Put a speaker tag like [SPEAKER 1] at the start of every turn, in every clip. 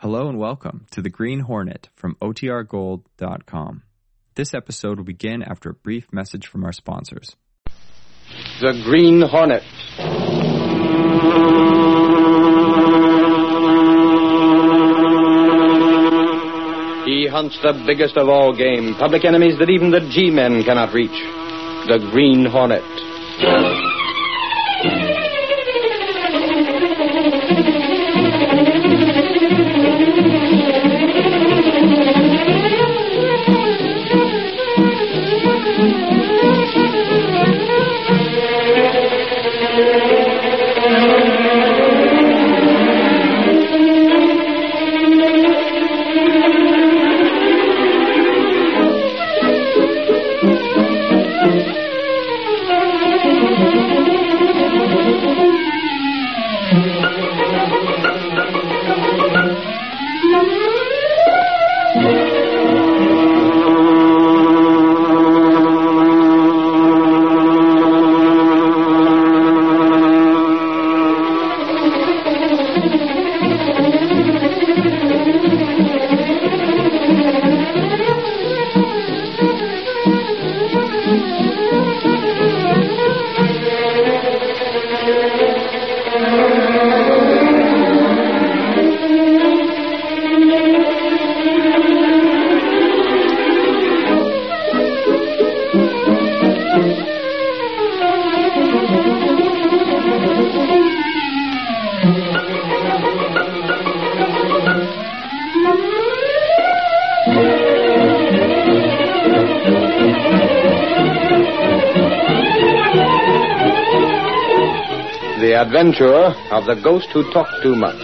[SPEAKER 1] Hello and welcome to The Green Hornet from OTRGold.com. This episode will begin after a brief message from our sponsors.
[SPEAKER 2] The Green Hornet. He hunts the biggest of all game, public enemies that even the G men cannot reach. The Green Hornet. The Adventure of the Ghost Who Talked Too Much.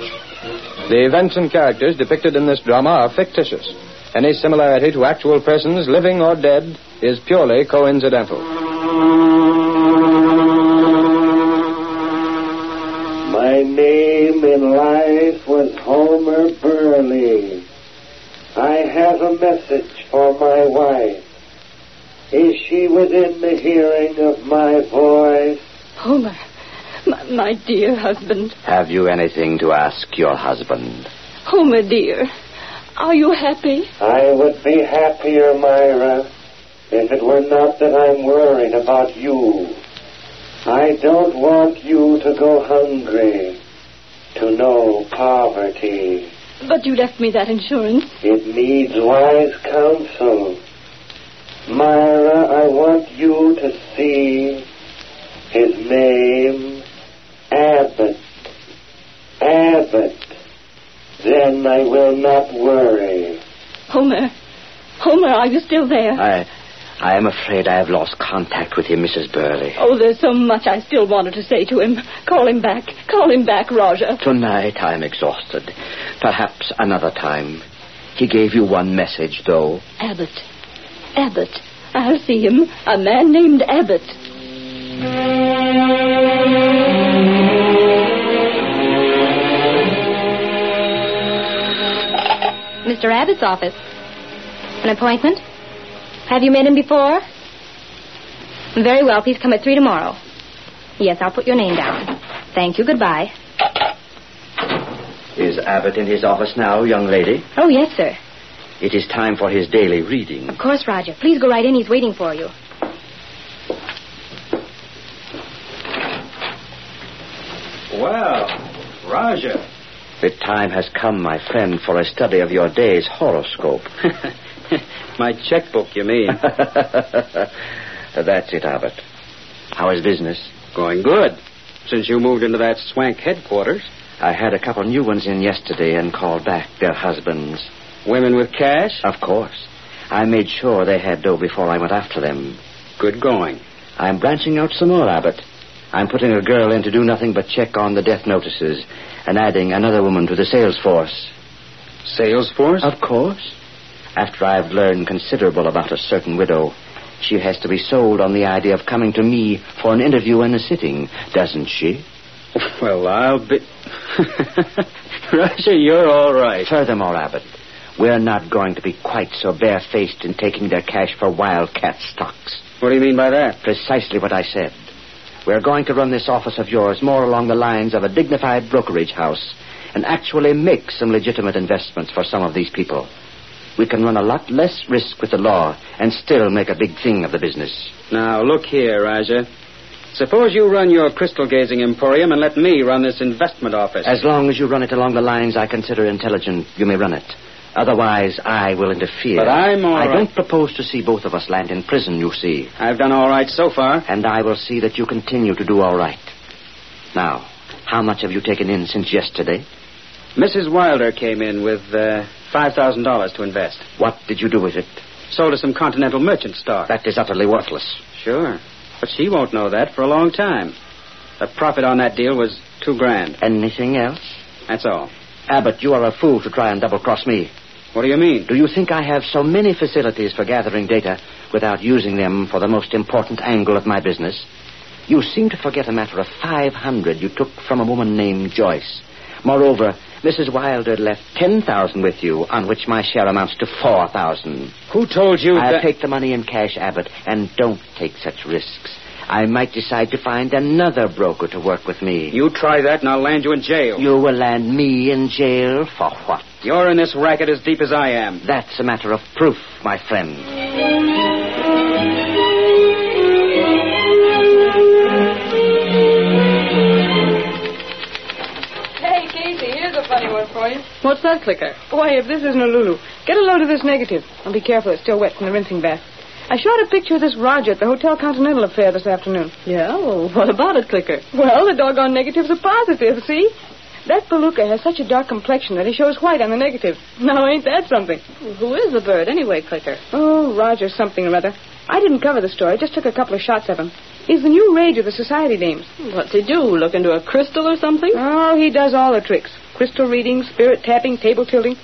[SPEAKER 2] The events and characters depicted in this drama are fictitious. Any similarity to actual persons, living or dead, is purely coincidental.
[SPEAKER 3] My name in life was Homer Burley. I have a message for my wife. Is she within the hearing of my voice?
[SPEAKER 4] Homer, my, my dear husband.
[SPEAKER 5] Have you anything to ask your husband?
[SPEAKER 4] Homer, dear, are you happy?
[SPEAKER 3] I would be happier, Myra, if it were not that I'm worrying about you. I don't want you to go hungry, to know poverty.
[SPEAKER 4] But you left me that insurance.
[SPEAKER 3] It needs wise counsel. Myra, I want you to see his name Abbott. Abbott. Then I will not worry.
[SPEAKER 4] Homer, Homer, are you still there?
[SPEAKER 5] I, I am afraid I have lost contact with him, Mrs. Burley.
[SPEAKER 4] Oh, there's so much I still wanted to say to him. Call him back. Call him back, Roger.
[SPEAKER 5] Tonight I am exhausted. Perhaps another time. He gave you one message, though.
[SPEAKER 4] Abbott. Abbott. I'll see him. A man named Abbott.
[SPEAKER 6] Mr. Abbott's office. An appointment? Have you met him before? Very well. Please come at three tomorrow. Yes, I'll put your name down. Thank you. Goodbye.
[SPEAKER 5] Is Abbott in his office now, young lady?
[SPEAKER 6] Oh, yes, sir.
[SPEAKER 5] It is time for his daily reading.
[SPEAKER 6] Of course, Roger. Please go right in. He's waiting for you.
[SPEAKER 2] Well, Roger.
[SPEAKER 5] The time has come, my friend, for a study of your day's horoscope.
[SPEAKER 2] My checkbook, you mean?
[SPEAKER 5] That's it, Abbott. How is business?
[SPEAKER 2] Going good. Since you moved into that swank headquarters.
[SPEAKER 5] I had a couple new ones in yesterday and called back their husbands.
[SPEAKER 2] Women with cash?
[SPEAKER 5] Of course. I made sure they had dough before I went after them.
[SPEAKER 2] Good going.
[SPEAKER 5] I'm branching out some more, Abbott. I'm putting a girl in to do nothing but check on the death notices and adding another woman to the sales force.
[SPEAKER 2] Sales force?
[SPEAKER 5] Of course. After I've learned considerable about a certain widow, she has to be sold on the idea of coming to me for an interview and a sitting, doesn't she?
[SPEAKER 2] Well, I'll be. Roger, you're all right.
[SPEAKER 5] Furthermore, Abbott, we're not going to be quite so barefaced in taking their cash for wildcat stocks.
[SPEAKER 2] What do you mean by that?
[SPEAKER 5] Precisely what I said. We're going to run this office of yours more along the lines of a dignified brokerage house and actually make some legitimate investments for some of these people. We can run a lot less risk with the law and still make a big thing of the business.
[SPEAKER 7] Now, look here, Raja. Suppose you run your crystal gazing emporium and let me run this investment office.
[SPEAKER 5] As long as you run it along the lines I consider intelligent, you may run it. Otherwise, I will interfere.
[SPEAKER 7] But I'm all
[SPEAKER 5] I
[SPEAKER 7] right.
[SPEAKER 5] don't propose to see both of us land in prison, you see.
[SPEAKER 7] I've done all right so far.
[SPEAKER 5] And I will see that you continue to do all right. Now, how much have you taken in since yesterday?
[SPEAKER 7] Mrs. Wilder came in with uh, $5,000 to invest.
[SPEAKER 5] What did you do with it?
[SPEAKER 7] Sold her some continental merchant stock.
[SPEAKER 5] That is utterly worthless.
[SPEAKER 7] Sure. But she won't know that for a long time. The profit on that deal was two grand.
[SPEAKER 5] Anything else?
[SPEAKER 7] That's all.
[SPEAKER 5] Abbott, you are a fool to try and double cross me.
[SPEAKER 7] What do you mean?
[SPEAKER 5] Do you think I have so many facilities for gathering data without using them for the most important angle of my business? You seem to forget a matter of 500 you took from a woman named Joyce. Moreover, Mrs. Wilder left 10,000 with you, on which my share amounts to 4,000.
[SPEAKER 7] Who told you
[SPEAKER 5] I'll
[SPEAKER 7] that?
[SPEAKER 5] take the money in cash, Abbott, and don't take such risks. I might decide to find another broker to work with me.
[SPEAKER 7] You try that and I'll land you in jail.
[SPEAKER 5] You will land me in jail for what?
[SPEAKER 7] You're in this racket as deep as I am.
[SPEAKER 5] That's a matter of proof, my friend.
[SPEAKER 8] Hey, Casey, here's a funny one for you.
[SPEAKER 4] What's that clicker?
[SPEAKER 8] Boy, if this isn't a Lulu. Get a load of this negative. And be careful, it's still wet from the rinsing bath. I shot a picture of this Roger at the Hotel Continental affair this afternoon.
[SPEAKER 4] Yeah, well, what about it, clicker?
[SPEAKER 8] Well, the doggone negative's a positive, see? That Beluca has such a dark complexion that he shows white on the negative. Now, ain't that something?
[SPEAKER 4] Who is the bird anyway, clicker?
[SPEAKER 8] Oh, Roger something or other. I didn't cover the story, just took a couple of shots of him. He's the new rage of the society dames.
[SPEAKER 4] What's he do? Look into a crystal or something?
[SPEAKER 8] Oh, he does all the tricks crystal reading, spirit tapping, table tilting.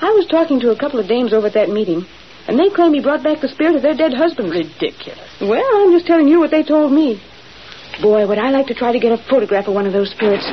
[SPEAKER 8] I was talking to a couple of dames over at that meeting, and they claim he brought back the spirit of their dead husbands.
[SPEAKER 4] Ridiculous.
[SPEAKER 8] Well, I'm just telling you what they told me. Boy, would I like to try to get a photograph of one of those spirits.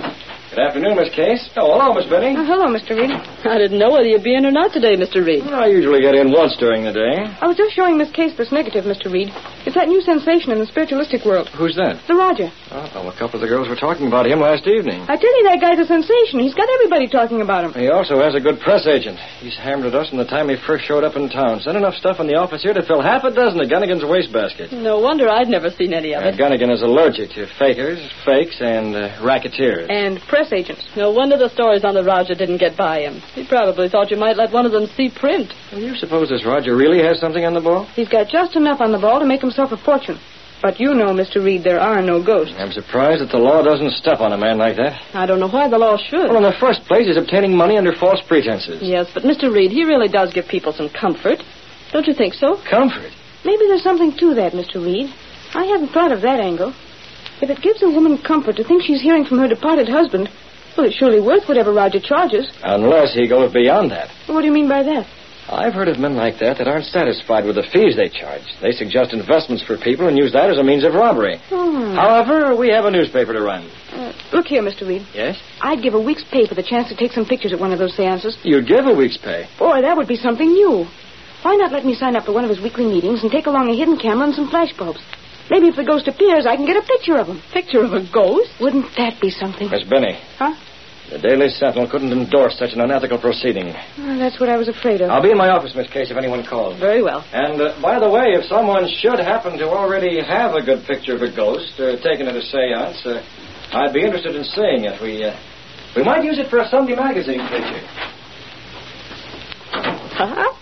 [SPEAKER 9] Good afternoon, Miss Case. Oh, hello, Miss Benny.
[SPEAKER 8] Oh, hello, Mr. Reed.
[SPEAKER 4] I didn't know whether you'd be in or not today, Mr. Reed.
[SPEAKER 9] I usually get in once during the day.
[SPEAKER 8] I was just showing Miss Case this negative, Mr. Reed. It's that new sensation in the spiritualistic world.
[SPEAKER 9] Who's that?
[SPEAKER 8] The Roger.
[SPEAKER 9] Oh, a couple of the girls were talking about him last evening.
[SPEAKER 8] I tell you, that guy's a sensation. He's got everybody talking about him.
[SPEAKER 9] He also has a good press agent. He's hammered at us from the time he first showed up in town. Sent enough stuff in the office here to fill half a dozen of Gunnigan's wastebasket.
[SPEAKER 4] No wonder I'd never seen any of it.
[SPEAKER 9] Uh, Gunnigan is allergic to fakers, fakes, and uh, racketeers.
[SPEAKER 8] And press agents.
[SPEAKER 4] No wonder the stories on the Roger didn't get by him. He probably thought you might let one of them see print.
[SPEAKER 9] Do you suppose this Roger really has something on the ball?
[SPEAKER 8] He's got just enough on the ball to make himself a fortune. But you know, Mr. Reed, there are no ghosts.
[SPEAKER 9] I'm surprised that the law doesn't step on a man like that.
[SPEAKER 4] I don't know why the law should.
[SPEAKER 9] Well, in the first place, he's obtaining money under false pretenses.
[SPEAKER 4] Yes, but Mr. Reed, he really does give people some comfort. Don't you think so?
[SPEAKER 9] Comfort.
[SPEAKER 8] Maybe there's something to that, Mr. Reed. I hadn't thought of that angle. If it gives a woman comfort to think she's hearing from her departed husband, well, it's surely worth whatever Roger charges.
[SPEAKER 9] Unless he goes beyond that.
[SPEAKER 8] What do you mean by that?
[SPEAKER 9] I've heard of men like that that aren't satisfied with the fees they charge. They suggest investments for people and use that as a means of robbery.
[SPEAKER 4] Hmm.
[SPEAKER 9] However, we have a newspaper to run.
[SPEAKER 8] Uh, look here, Mr. Reed.
[SPEAKER 9] Yes?
[SPEAKER 8] I'd give a week's pay for the chance to take some pictures at one of those seances.
[SPEAKER 9] You'd give a week's pay.
[SPEAKER 8] Boy, that would be something new. Why not let me sign up for one of his weekly meetings and take along a hidden camera and some flashbulbs? Maybe if the ghost appears, I can get a picture of him. Picture of a ghost? Wouldn't that be something?
[SPEAKER 9] Miss Benny.
[SPEAKER 8] Huh?
[SPEAKER 9] The Daily Sentinel couldn't endorse such an unethical proceeding.
[SPEAKER 8] Oh, that's what I was afraid of.
[SPEAKER 9] I'll be in my office, Miss Case, if anyone calls.
[SPEAKER 4] Very well.
[SPEAKER 9] And uh, by the way, if someone should happen to already have a good picture of a ghost uh, taken at a séance, uh, I'd be interested in seeing it. We uh, we might use it for a Sunday magazine picture.
[SPEAKER 8] Huh?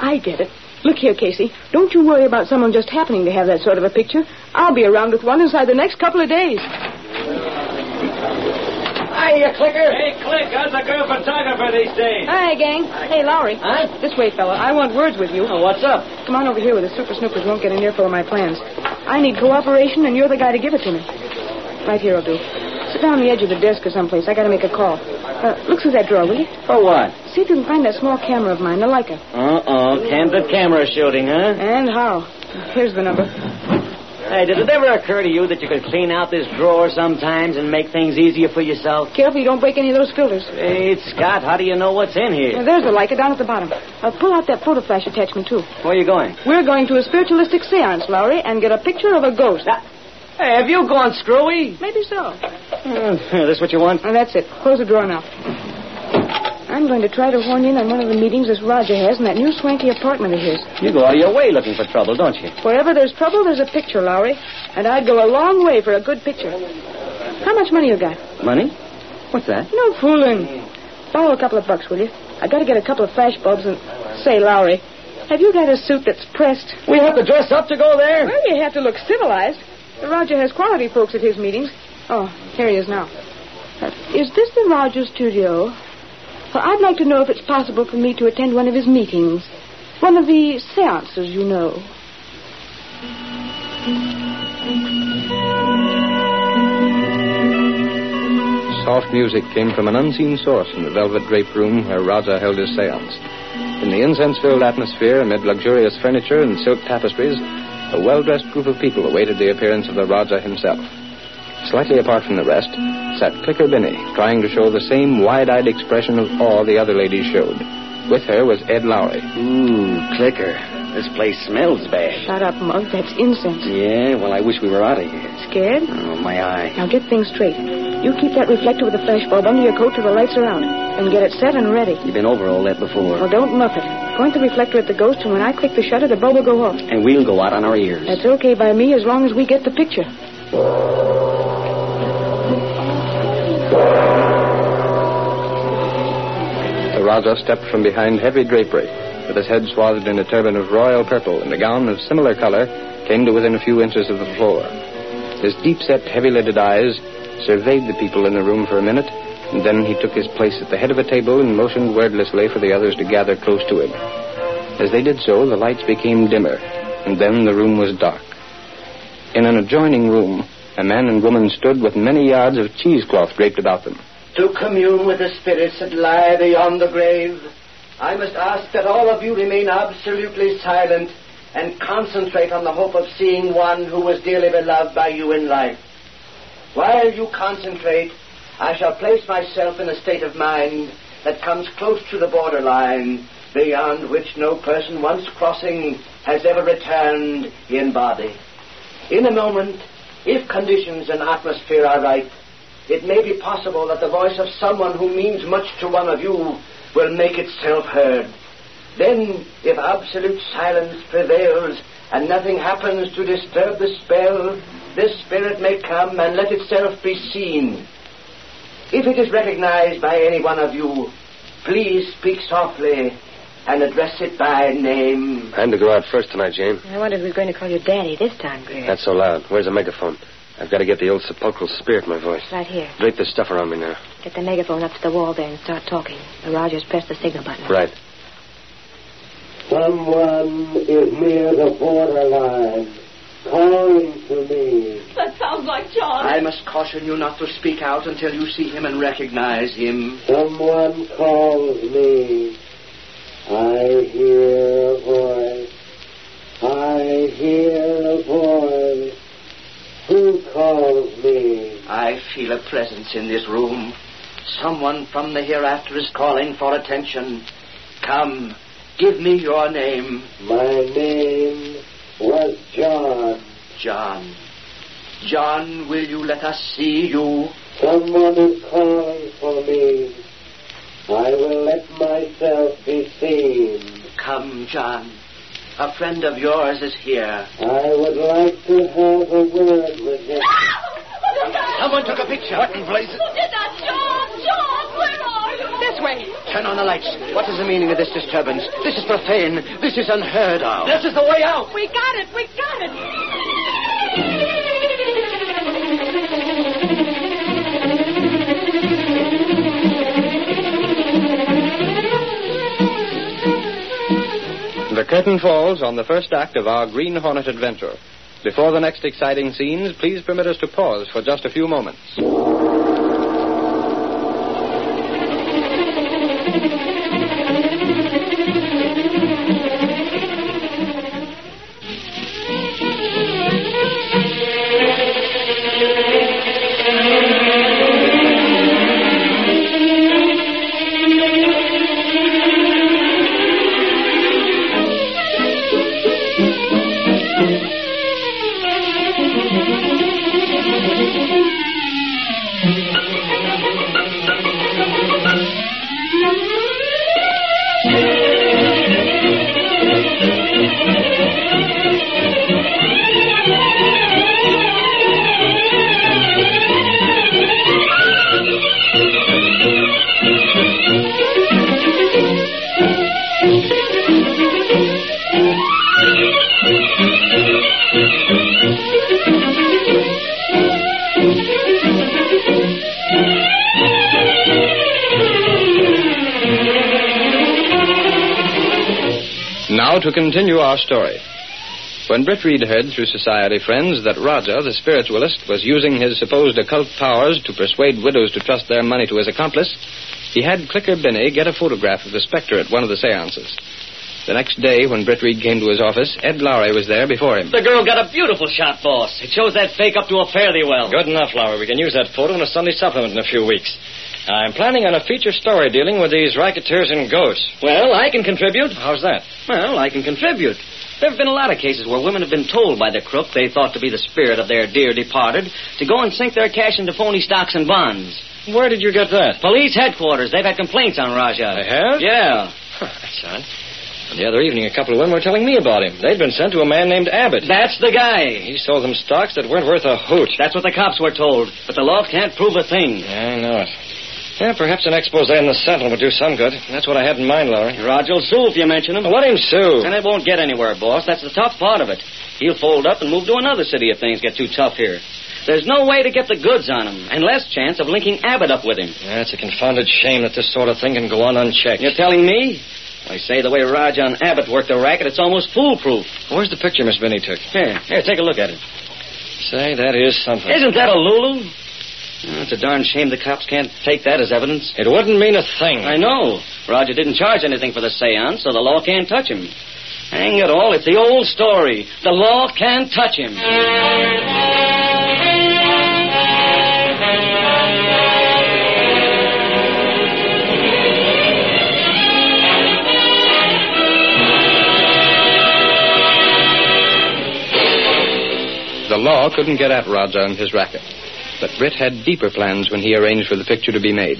[SPEAKER 8] I get it. Look here, Casey. Don't you worry about someone just happening to have that sort of a picture. I'll be around with one inside the next couple of days.
[SPEAKER 9] Hiya, Clicker. Hey, Click, how's the girl photographer these days?
[SPEAKER 8] Hi, gang. Hey, Lowry. Huh? This way, fella. I want words with you.
[SPEAKER 9] What's up?
[SPEAKER 8] Come on over here with the super snoopers won't get an earful of my plans. I need cooperation, and you're the guy to give it to me. Right here will do. Sit down on the edge of the desk or someplace. I gotta make a call. Uh, look through that drawer, will you?
[SPEAKER 9] For what?
[SPEAKER 8] See if you can find that small camera of mine, a Leica.
[SPEAKER 5] Uh-oh, candid camera shooting, huh?
[SPEAKER 8] And how? Here's the number.
[SPEAKER 5] Hey, did it ever occur to you that you could clean out this drawer sometimes and make things easier for yourself?
[SPEAKER 8] Careful you don't break any of those filters.
[SPEAKER 5] Hey, Scott, how do you know what's in
[SPEAKER 8] Now,
[SPEAKER 5] here?
[SPEAKER 8] there's the Leica down at the bottom. Uh, pull out that photo flash attachment, too.
[SPEAKER 5] Where are you going?
[SPEAKER 8] We're going to a spiritualistic seance, Lowry, and get a picture of a ghost.
[SPEAKER 5] Hey, have you gone screwy?
[SPEAKER 8] Maybe so. Uh,
[SPEAKER 5] this what you want?
[SPEAKER 8] Now, that's it. Close the drawer now. I'm going to try to horn in on one of the meetings this Roger has in that new swanky apartment of his.
[SPEAKER 5] You go out of your way looking for trouble, don't you?
[SPEAKER 8] Wherever there's trouble, there's a picture, Lowry. And I'd go a long way for a good picture. How much money you got?
[SPEAKER 5] Money? What's that?
[SPEAKER 8] No fooling. Borrow a couple of bucks, will you? I gotta get a couple of flash bulbs and say, Lowry, have you got a suit that's pressed?
[SPEAKER 5] We have to dress up to go there.
[SPEAKER 8] Well, you have to look civilized. Roger has quality folks at his meetings. Oh, here he is now. Uh, Is this the Rogers studio? Well, I'd like to know if it's possible for me to attend one of his meetings. One of the seances, you know.
[SPEAKER 2] Soft music came from an unseen source in the velvet drape room where Raza held his seance. In the incense filled atmosphere, amid luxurious furniture and silk tapestries, a well dressed group of people awaited the appearance of the Raja himself. Slightly apart from the rest sat Clicker Binney, trying to show the same wide eyed expression of awe the other ladies showed. With her was Ed Lowry.
[SPEAKER 5] Ooh, clicker. This place smells bad.
[SPEAKER 8] Shut up, Mug. That's incense.
[SPEAKER 5] Yeah, well, I wish we were out of here.
[SPEAKER 8] Scared?
[SPEAKER 5] Oh, my eye.
[SPEAKER 8] Now get things straight. You keep that reflector with the flash bulb under your coat till the lights are out. And get it set and ready.
[SPEAKER 5] You've been over all that before.
[SPEAKER 8] Well, don't muff it. Point the reflector at the ghost, and when I click the shutter, the bulb will go off.
[SPEAKER 5] And we'll go out on our ears.
[SPEAKER 8] That's okay by me as long as we get the picture.
[SPEAKER 2] The Raja stepped from behind heavy drapery. With his head swathed in a turban of royal purple and a gown of similar color, came to within a few inches of the floor. His deep set, heavy lidded eyes surveyed the people in the room for a minute, and then he took his place at the head of a table and motioned wordlessly for the others to gather close to him. As they did so, the lights became dimmer, and then the room was dark. In an adjoining room, a man and woman stood with many yards of cheesecloth draped about them.
[SPEAKER 10] To commune with the spirits that lie beyond the grave, I must ask that all of you remain absolutely silent and concentrate on the hope of seeing one who was dearly beloved by you in life. While you concentrate, I shall place myself in a state of mind that comes close to the borderline beyond which no person once crossing has ever returned in body. In a moment, if conditions and atmosphere are right, it may be possible that the voice of someone who means much to one of you will make itself heard. Then, if absolute silence prevails and nothing happens to disturb the spell, this spirit may come and let itself be seen. If it is recognized by any one of you, please speak softly and address it by name.
[SPEAKER 2] I had to go out first tonight, Jane.
[SPEAKER 11] I wondered who was going to call you Daddy this time, Greer.
[SPEAKER 2] Not so loud. Where's the megaphone? I've got to get the old sepulchral spirit in my voice.
[SPEAKER 11] Right here.
[SPEAKER 2] Drape this stuff around me now.
[SPEAKER 11] Get the megaphone up to the wall there and start talking. The Rogers pressed the signal button.
[SPEAKER 2] Right.
[SPEAKER 3] Someone is near the borderline, calling to me.
[SPEAKER 4] That sounds like John.
[SPEAKER 10] I must caution you not to speak out until you see him and recognize him.
[SPEAKER 3] Someone calls me. I hear a voice. I hear a voice. Who calls me?
[SPEAKER 10] I feel a presence in this room. Someone from the hereafter is calling for attention. Come, give me your name,
[SPEAKER 3] My name was John.
[SPEAKER 10] John. John, will you let us see you?
[SPEAKER 3] Someone is calling for me. I will let myself be seen.
[SPEAKER 10] Come, John. A friend of yours is here.
[SPEAKER 3] I would like to have a word with him.
[SPEAKER 10] Someone took a picture. What in blazes?
[SPEAKER 4] did that, John? John, where are you?
[SPEAKER 8] This way.
[SPEAKER 10] Turn on the lights. What is the meaning of this disturbance? This is profane. This is unheard of. This is the way out.
[SPEAKER 4] We got it. We got it.
[SPEAKER 2] The curtain falls on the first act of our Green Hornet adventure. Before the next exciting scenes, please permit us to pause for just a few moments.
[SPEAKER 4] Thank you.
[SPEAKER 2] Now to continue our story. When Britt Reed heard through society friends that Roger, the spiritualist, was using his supposed occult powers to persuade widows to trust their money to his accomplice, he had Clicker Binney get a photograph of the specter at one of the seances. The next day, when Britt Reed came to his office, Ed Lowry was there before him.
[SPEAKER 12] The girl got a beautiful shot, boss. It shows that fake up to a fairly well.
[SPEAKER 9] Good enough, Lowry. We can use that photo in a Sunday supplement in a few weeks. I'm planning on a feature story dealing with these racketeers and ghosts.
[SPEAKER 12] Well, I can contribute.
[SPEAKER 9] How's that?
[SPEAKER 12] Well, I can contribute. There have been a lot of cases where women have been told by the crook they thought to be the spirit of their dear departed to go and sink their cash into phony stocks and bonds.
[SPEAKER 9] Where did you get that?
[SPEAKER 12] Police headquarters. They've had complaints on Rajah.
[SPEAKER 9] They have?
[SPEAKER 12] Yeah.
[SPEAKER 9] Huh, that's odd. The other evening, a couple of women were telling me about him. They'd been sent to a man named Abbott.
[SPEAKER 12] That's the guy.
[SPEAKER 9] He sold them stocks that weren't worth a hoot.
[SPEAKER 12] That's what the cops were told. But the law can't prove a thing.
[SPEAKER 9] Yeah, I know it. Yeah, perhaps an expose in the Sentinel would do some good. That's what I had in mind, Laurie.
[SPEAKER 12] Roger'll sue if you mention him.
[SPEAKER 9] Well, let him sue.
[SPEAKER 12] And it won't get anywhere, boss. That's the tough part of it. He'll fold up and move to another city if things get too tough here. There's no way to get the goods on him, and less chance of linking Abbott up with him.
[SPEAKER 9] Yeah, it's a confounded shame that this sort of thing can go on unchecked.
[SPEAKER 12] You're telling me? I say the way Roger and Abbott worked the racket, it's almost foolproof.
[SPEAKER 9] Where's the picture Miss Benny took?
[SPEAKER 12] Here, here, take a look at it.
[SPEAKER 9] Say, that is something.
[SPEAKER 12] Isn't that a Lulu? Oh, it's a darn shame the cops can't take that as evidence.
[SPEAKER 9] It wouldn't mean a thing.
[SPEAKER 12] I know. Roger didn't charge anything for the seance, so the law can't touch him. Hang it all, it's the old story. The law can't touch him.
[SPEAKER 2] The law couldn't get at Roger and his racket. But Britt had deeper plans when he arranged for the picture to be made.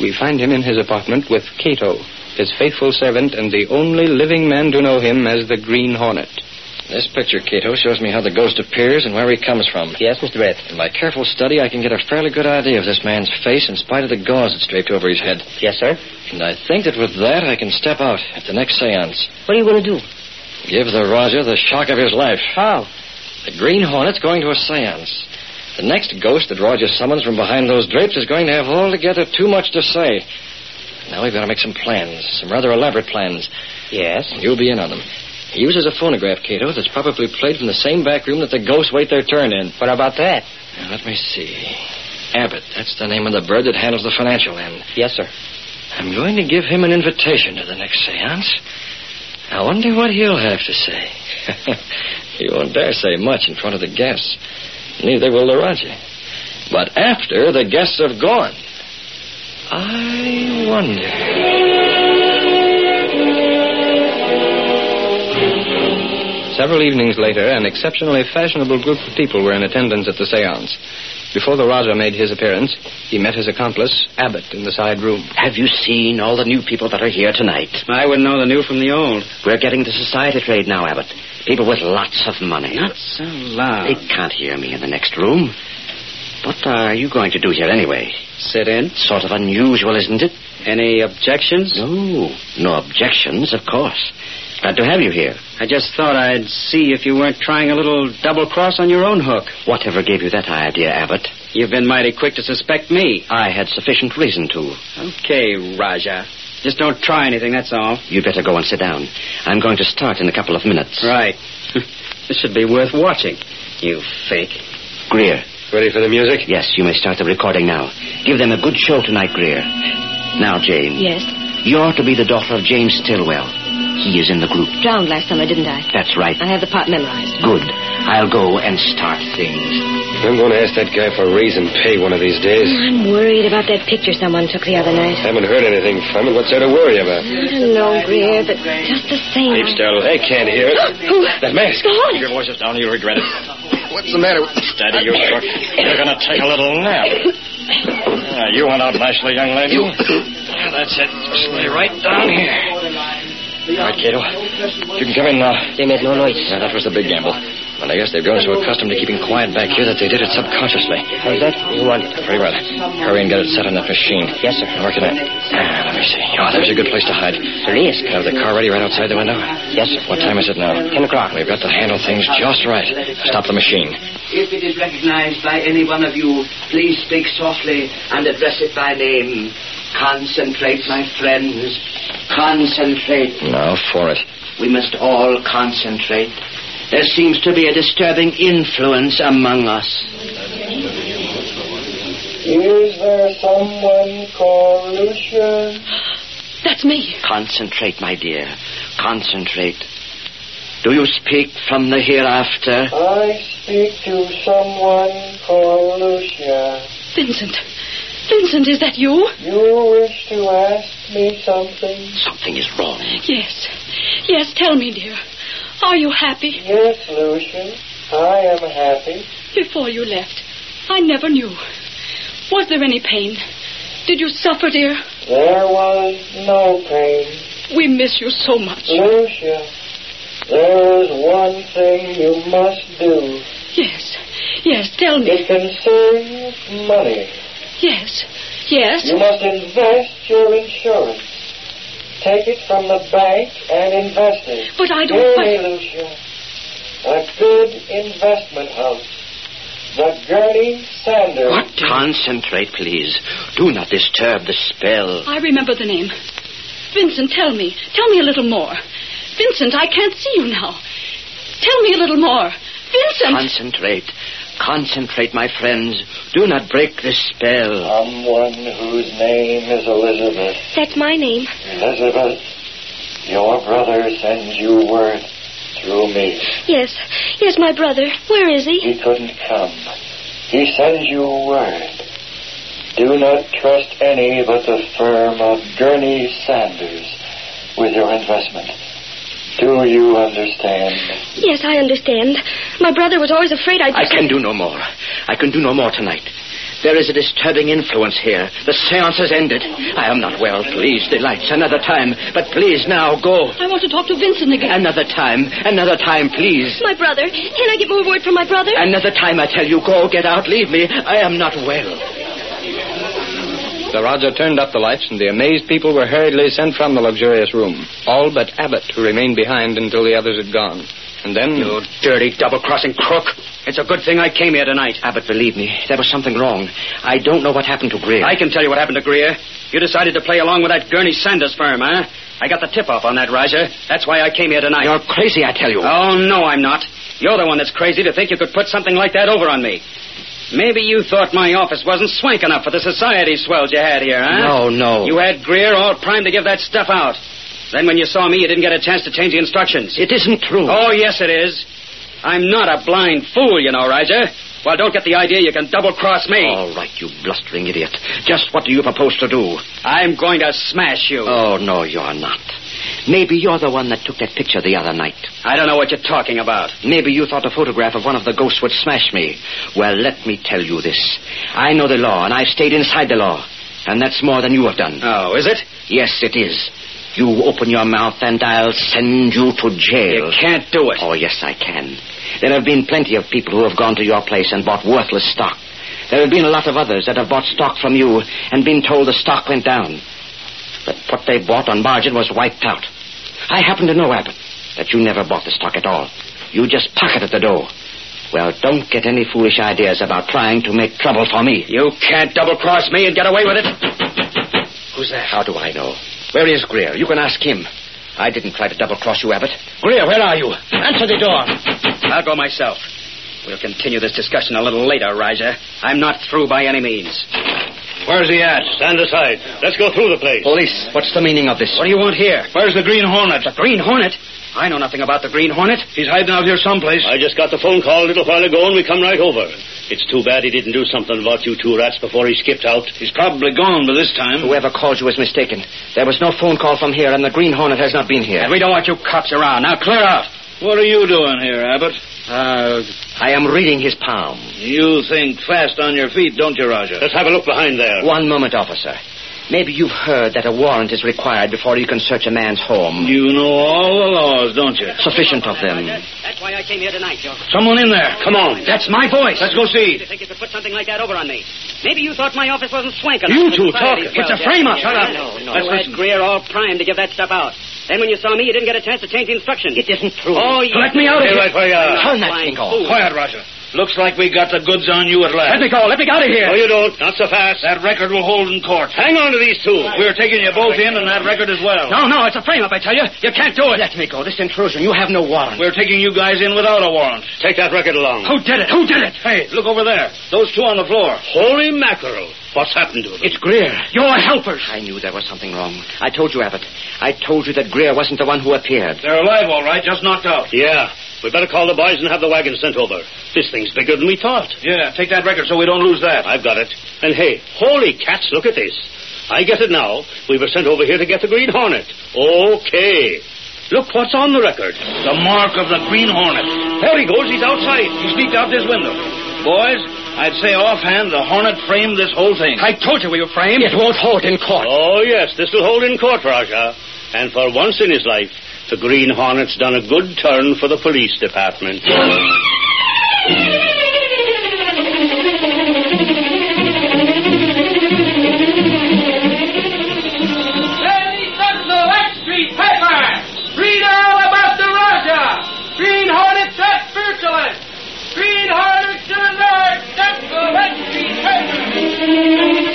[SPEAKER 2] We find him in his apartment with Cato, his faithful servant and the only living man to know him as the Green Hornet.
[SPEAKER 9] This picture, Cato, shows me how the ghost appears and where he comes from.
[SPEAKER 5] Yes, Mr. Brett.
[SPEAKER 9] And by careful study, I can get a fairly good idea of this man's face in spite of the gauze that's draped over his head.
[SPEAKER 5] Yes, sir.
[SPEAKER 9] And I think that with that, I can step out at the next seance.
[SPEAKER 5] What are you going to do?
[SPEAKER 9] Give the Roger the shock of his life.
[SPEAKER 5] How?
[SPEAKER 9] The Green Hornet's going to a seance. The next ghost that Roger summons from behind those drapes is going to have altogether too much to say. Now we've got to make some plans, some rather elaborate plans.
[SPEAKER 5] Yes?
[SPEAKER 9] You'll be in on them. He uses a phonograph, Cato, that's probably played from the same back room that the ghosts wait their turn in.
[SPEAKER 5] What about that?
[SPEAKER 9] Now, let me see. Abbott, that's the name of the bird that handles the financial end.
[SPEAKER 5] Yes, sir.
[SPEAKER 9] I'm going to give him an invitation to the next seance. I wonder what he'll have to say. he won't dare say much in front of the guests. Neither will the Roger. But after the guests have gone, I wonder.
[SPEAKER 2] Several evenings later, an exceptionally fashionable group of people were in attendance at the seance. Before the Raja made his appearance, he met his accomplice, Abbott, in the side room.
[SPEAKER 5] Have you seen all the new people that are here tonight?
[SPEAKER 7] I wouldn't know the new from the old.
[SPEAKER 5] We're getting the society trade now, Abbott. People with lots of money.
[SPEAKER 7] Not so loud.
[SPEAKER 5] They can't hear me in the next room. What are you going to do here anyway?
[SPEAKER 7] Sit in.
[SPEAKER 5] Sort of unusual, isn't it?
[SPEAKER 7] Any objections?
[SPEAKER 5] No, no objections, of course. Glad to have you here.
[SPEAKER 7] I just thought I'd see if you weren't trying a little double cross on your own hook.
[SPEAKER 5] Whatever gave you that idea, Abbott?
[SPEAKER 7] You've been mighty quick to suspect me.
[SPEAKER 5] I had sufficient reason to.
[SPEAKER 7] Okay, Raja. Just don't try anything, that's all.
[SPEAKER 5] You'd better go and sit down. I'm going to start in a couple of minutes.
[SPEAKER 7] Right. this should be worth watching.
[SPEAKER 5] You fake. Greer.
[SPEAKER 9] Ready for the music?
[SPEAKER 5] Yes, you may start the recording now. Give them a good show tonight, Greer. Now, Jane.
[SPEAKER 11] Yes?
[SPEAKER 5] You're to be the daughter of James Stillwell. He is in the group.
[SPEAKER 11] Drowned last summer, didn't I?
[SPEAKER 5] That's right.
[SPEAKER 11] I have the part memorized.
[SPEAKER 5] Good. I'll go and start things.
[SPEAKER 9] I'm going to ask that guy for a raise and pay one of these days.
[SPEAKER 11] Oh, I'm worried about that picture someone took the other night.
[SPEAKER 9] Haven't heard anything from it. What's there to worry about?
[SPEAKER 11] I don't know, Greer, but just the same. Oh,
[SPEAKER 9] Keep still. They can't hear it. that mask.
[SPEAKER 11] The hornet.
[SPEAKER 9] Keep your voices down. You'll regret it.
[SPEAKER 2] What's the matter?
[SPEAKER 9] Steady, you crook. You're going to take a little nap. Ah, you went out nicely, young lady. Yeah, that's it. Just lay right down here. All right, Cato. You can come in now.
[SPEAKER 5] They made no noise.
[SPEAKER 9] Yeah, that was the big gamble. But I guess they've grown so accustomed to keeping quiet back here that they did it subconsciously.
[SPEAKER 5] How's that? You want it?
[SPEAKER 9] Very well. Hurry and get it set on that machine.
[SPEAKER 5] Yes, sir.
[SPEAKER 9] Now, where can I... Ah, let me see. Oh, there's a good place to hide.
[SPEAKER 5] There is.
[SPEAKER 9] You have the car ready right outside the window?
[SPEAKER 5] Yes, sir.
[SPEAKER 9] What time is it now?
[SPEAKER 5] Ten o'clock.
[SPEAKER 9] We've got to handle things just right. Stop the machine.
[SPEAKER 10] If it is recognized by any one of you, please speak softly and address it by name. Concentrate, my friends. Concentrate.
[SPEAKER 9] Now for it.
[SPEAKER 5] We must all concentrate. There seems to be a disturbing influence among us.
[SPEAKER 3] Is there someone called Lucia?
[SPEAKER 5] That's me. Concentrate, my dear. Concentrate. Do you speak from the hereafter?
[SPEAKER 3] I speak to someone called Lucia.
[SPEAKER 4] Vincent. Vincent, is that you?
[SPEAKER 3] You wish to ask me something?
[SPEAKER 5] Something is wrong.
[SPEAKER 4] Yes. Yes, tell me, dear. Are you happy?
[SPEAKER 3] Yes, Lucian. I am happy.
[SPEAKER 4] Before you left, I never knew. Was there any pain? Did you suffer, dear?
[SPEAKER 3] There was no pain.
[SPEAKER 4] We miss you so much.
[SPEAKER 3] Lucia, there is one thing you must do.
[SPEAKER 4] Yes. Yes, tell me.
[SPEAKER 3] It concerns money.
[SPEAKER 4] Yes. Yes.
[SPEAKER 3] You must invest your insurance. Take it from the bank and invest it.
[SPEAKER 4] But I don't
[SPEAKER 3] Hear
[SPEAKER 4] fi-
[SPEAKER 3] me, Lucia. A good investment house. The Gurney Sanders.
[SPEAKER 5] Concentrate, please. Do not disturb the spell.
[SPEAKER 4] I remember the name. Vincent, tell me. Tell me a little more. Vincent, I can't see you now. Tell me a little more. Vincent!
[SPEAKER 5] Concentrate. Concentrate, my friends. Do not break the spell.
[SPEAKER 3] Someone whose name is Elizabeth.
[SPEAKER 6] That's my name.
[SPEAKER 3] Elizabeth, your brother sends you word through me.
[SPEAKER 6] Yes. Yes, my brother. Where is he?
[SPEAKER 3] He couldn't come. He sends you word. Do not trust any but the firm of Gurney Sanders with your investment. Do you understand?
[SPEAKER 6] Yes, I understand. My brother was always afraid I'd.
[SPEAKER 5] I can do no more. I can do no more tonight. There is a disturbing influence here. The seance has ended. I am not well. Please, the lights. Another time. But please, now, go.
[SPEAKER 4] I want to talk to Vincent again.
[SPEAKER 5] Another time. Another time, please.
[SPEAKER 6] My brother. Can I get more word from my brother?
[SPEAKER 5] Another time, I tell you. Go. Get out. Leave me. I am not well.
[SPEAKER 2] Sir Roger turned up the lights, and the amazed people were hurriedly sent from the luxurious room. All but Abbott, who remained behind until the others had gone. And then.
[SPEAKER 7] You dirty, double crossing crook. It's a good thing I came here tonight.
[SPEAKER 5] Abbott, believe me, there was something wrong. I don't know what happened to Greer.
[SPEAKER 7] I can tell you what happened to Greer. You decided to play along with that Gurney Sanders firm, huh? I got the tip off on that, Roger. That's why I came here tonight.
[SPEAKER 5] You're crazy, I tell you.
[SPEAKER 7] Oh, no, I'm not. You're the one that's crazy to think you could put something like that over on me. Maybe you thought my office wasn't swank enough for the society swells you had here, huh?
[SPEAKER 5] No, no.
[SPEAKER 7] You had Greer all primed to give that stuff out. Then when you saw me, you didn't get a chance to change the instructions.
[SPEAKER 5] It isn't true.
[SPEAKER 7] Oh, yes, it is. I'm not a blind fool, you know, Roger. Well, don't get the idea you can double cross me.
[SPEAKER 5] All right, you blustering idiot. Just what do you propose to do?
[SPEAKER 7] I'm going to smash you.
[SPEAKER 5] Oh, no, you're not. Maybe you're the one that took that picture the other night.
[SPEAKER 7] I don't know what you're talking about.
[SPEAKER 5] Maybe you thought a photograph of one of the ghosts would smash me. Well, let me tell you this. I know the law, and I've stayed inside the law. And that's more than you have done.
[SPEAKER 7] Oh, is it?
[SPEAKER 5] Yes, it is. You open your mouth, and I'll send you to jail.
[SPEAKER 7] You can't do it.
[SPEAKER 5] Oh, yes, I can. There have been plenty of people who have gone to your place and bought worthless stock. There have been a lot of others that have bought stock from you and been told the stock went down. But what they bought on margin was wiped out. I happen to know, Abbott, that you never bought the stock at all. You just pocketed the dough. Well, don't get any foolish ideas about trying to make trouble for me.
[SPEAKER 7] You can't double cross me and get away with it.
[SPEAKER 5] Who's that? How do I know? Where is Greer? You can ask him. I didn't try to double cross you, Abbott. Greer, where are you? Answer the door.
[SPEAKER 7] I'll go myself. We'll continue this discussion a little later, Roger. I'm not through by any means.
[SPEAKER 13] Where's he at? Stand aside. Let's go through the place.
[SPEAKER 5] Police, what's the meaning of this?
[SPEAKER 7] What do you want here?
[SPEAKER 13] Where's the Green Hornet?
[SPEAKER 7] The Green Hornet? I know nothing about the Green Hornet.
[SPEAKER 13] He's hiding out here someplace. I just got the phone call a little while ago, and we come right over. It's too bad he didn't do something about you two rats before he skipped out. He's probably gone by this time.
[SPEAKER 5] Whoever called you was mistaken. There was no phone call from here, and the Green Hornet has not been here.
[SPEAKER 7] And we don't want you cops around. Now clear out.
[SPEAKER 13] What are you doing here, Abbott?
[SPEAKER 5] Uh, I am reading his palm.
[SPEAKER 13] You think fast on your feet, don't you, Roger? Let's have a look behind there.
[SPEAKER 5] One moment, officer. Maybe you've heard that a warrant is required before you can search a man's home.
[SPEAKER 13] You know all the laws, don't you?
[SPEAKER 5] Sufficient of them.
[SPEAKER 7] That's why I came here tonight, Joe.
[SPEAKER 13] Someone in there. Come on.
[SPEAKER 7] That's my voice.
[SPEAKER 13] Let's go see.
[SPEAKER 7] You think you could put something like that over on me? Maybe you thought my office wasn't swank enough.
[SPEAKER 13] You
[SPEAKER 7] for
[SPEAKER 13] two
[SPEAKER 7] society
[SPEAKER 13] talking.
[SPEAKER 7] swells
[SPEAKER 13] It's a
[SPEAKER 7] yet.
[SPEAKER 13] frame-up.
[SPEAKER 7] Yeah,
[SPEAKER 13] Shut up.
[SPEAKER 7] I know, I know.
[SPEAKER 13] Let's
[SPEAKER 7] You had
[SPEAKER 13] listen.
[SPEAKER 7] Greer all primed to give that stuff out. Then when you saw me, you didn't get a chance to change the instructions.
[SPEAKER 5] It isn't true.
[SPEAKER 7] Oh, you...
[SPEAKER 13] Let me out of
[SPEAKER 7] Stay
[SPEAKER 13] here.
[SPEAKER 7] right where you are.
[SPEAKER 5] Turn that thing off.
[SPEAKER 13] Quiet, Roger. Looks like we got the goods on you at last.
[SPEAKER 7] Let me go. Let me out of here.
[SPEAKER 13] No, you don't. Not so fast. That record will hold in court. Hang on to these two. We're taking you both in and that record as well.
[SPEAKER 7] No, no, it's a frame-up, I tell you. You can't do it. Let me go. This intrusion. You have no warrant.
[SPEAKER 13] We're taking you guys in without a warrant. Take that record along.
[SPEAKER 7] Who did it? Who did it?
[SPEAKER 13] Hey, look over there. Those two on the floor. Holy mackerel. What's happened to them? It's Greer.
[SPEAKER 5] Your helpers. I knew there was something wrong. I told you, Abbott. I told you that Greer wasn't the one who appeared.
[SPEAKER 13] They're alive, all right. Just knocked out. Yeah. We better call the boys and have the wagon sent over. This thing's bigger than we thought. Yeah, take that record so we don't lose that. I've got it. And hey, holy cats, look at this. I get it now. We were sent over here to get the Green Hornet. Okay. Look what's on the record. The mark of the Green Hornet. There he goes. He's outside. He sneaked out this window. Boys, I'd say offhand the Hornet framed this whole thing. I told you we were framed. It won't hold in court. Oh, yes. This will hold in court, Raja. And for once in his life, the Green Hornet's done a good turn for the police department.
[SPEAKER 14] Ladies of the West Street paper, read all about the Raja. Green Hornets at Virtuous. Green Hornets to the north. That's the West Street paper.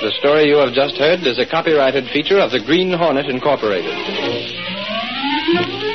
[SPEAKER 2] The story you have just heard is a copyrighted feature of the Green Hornet Incorporated.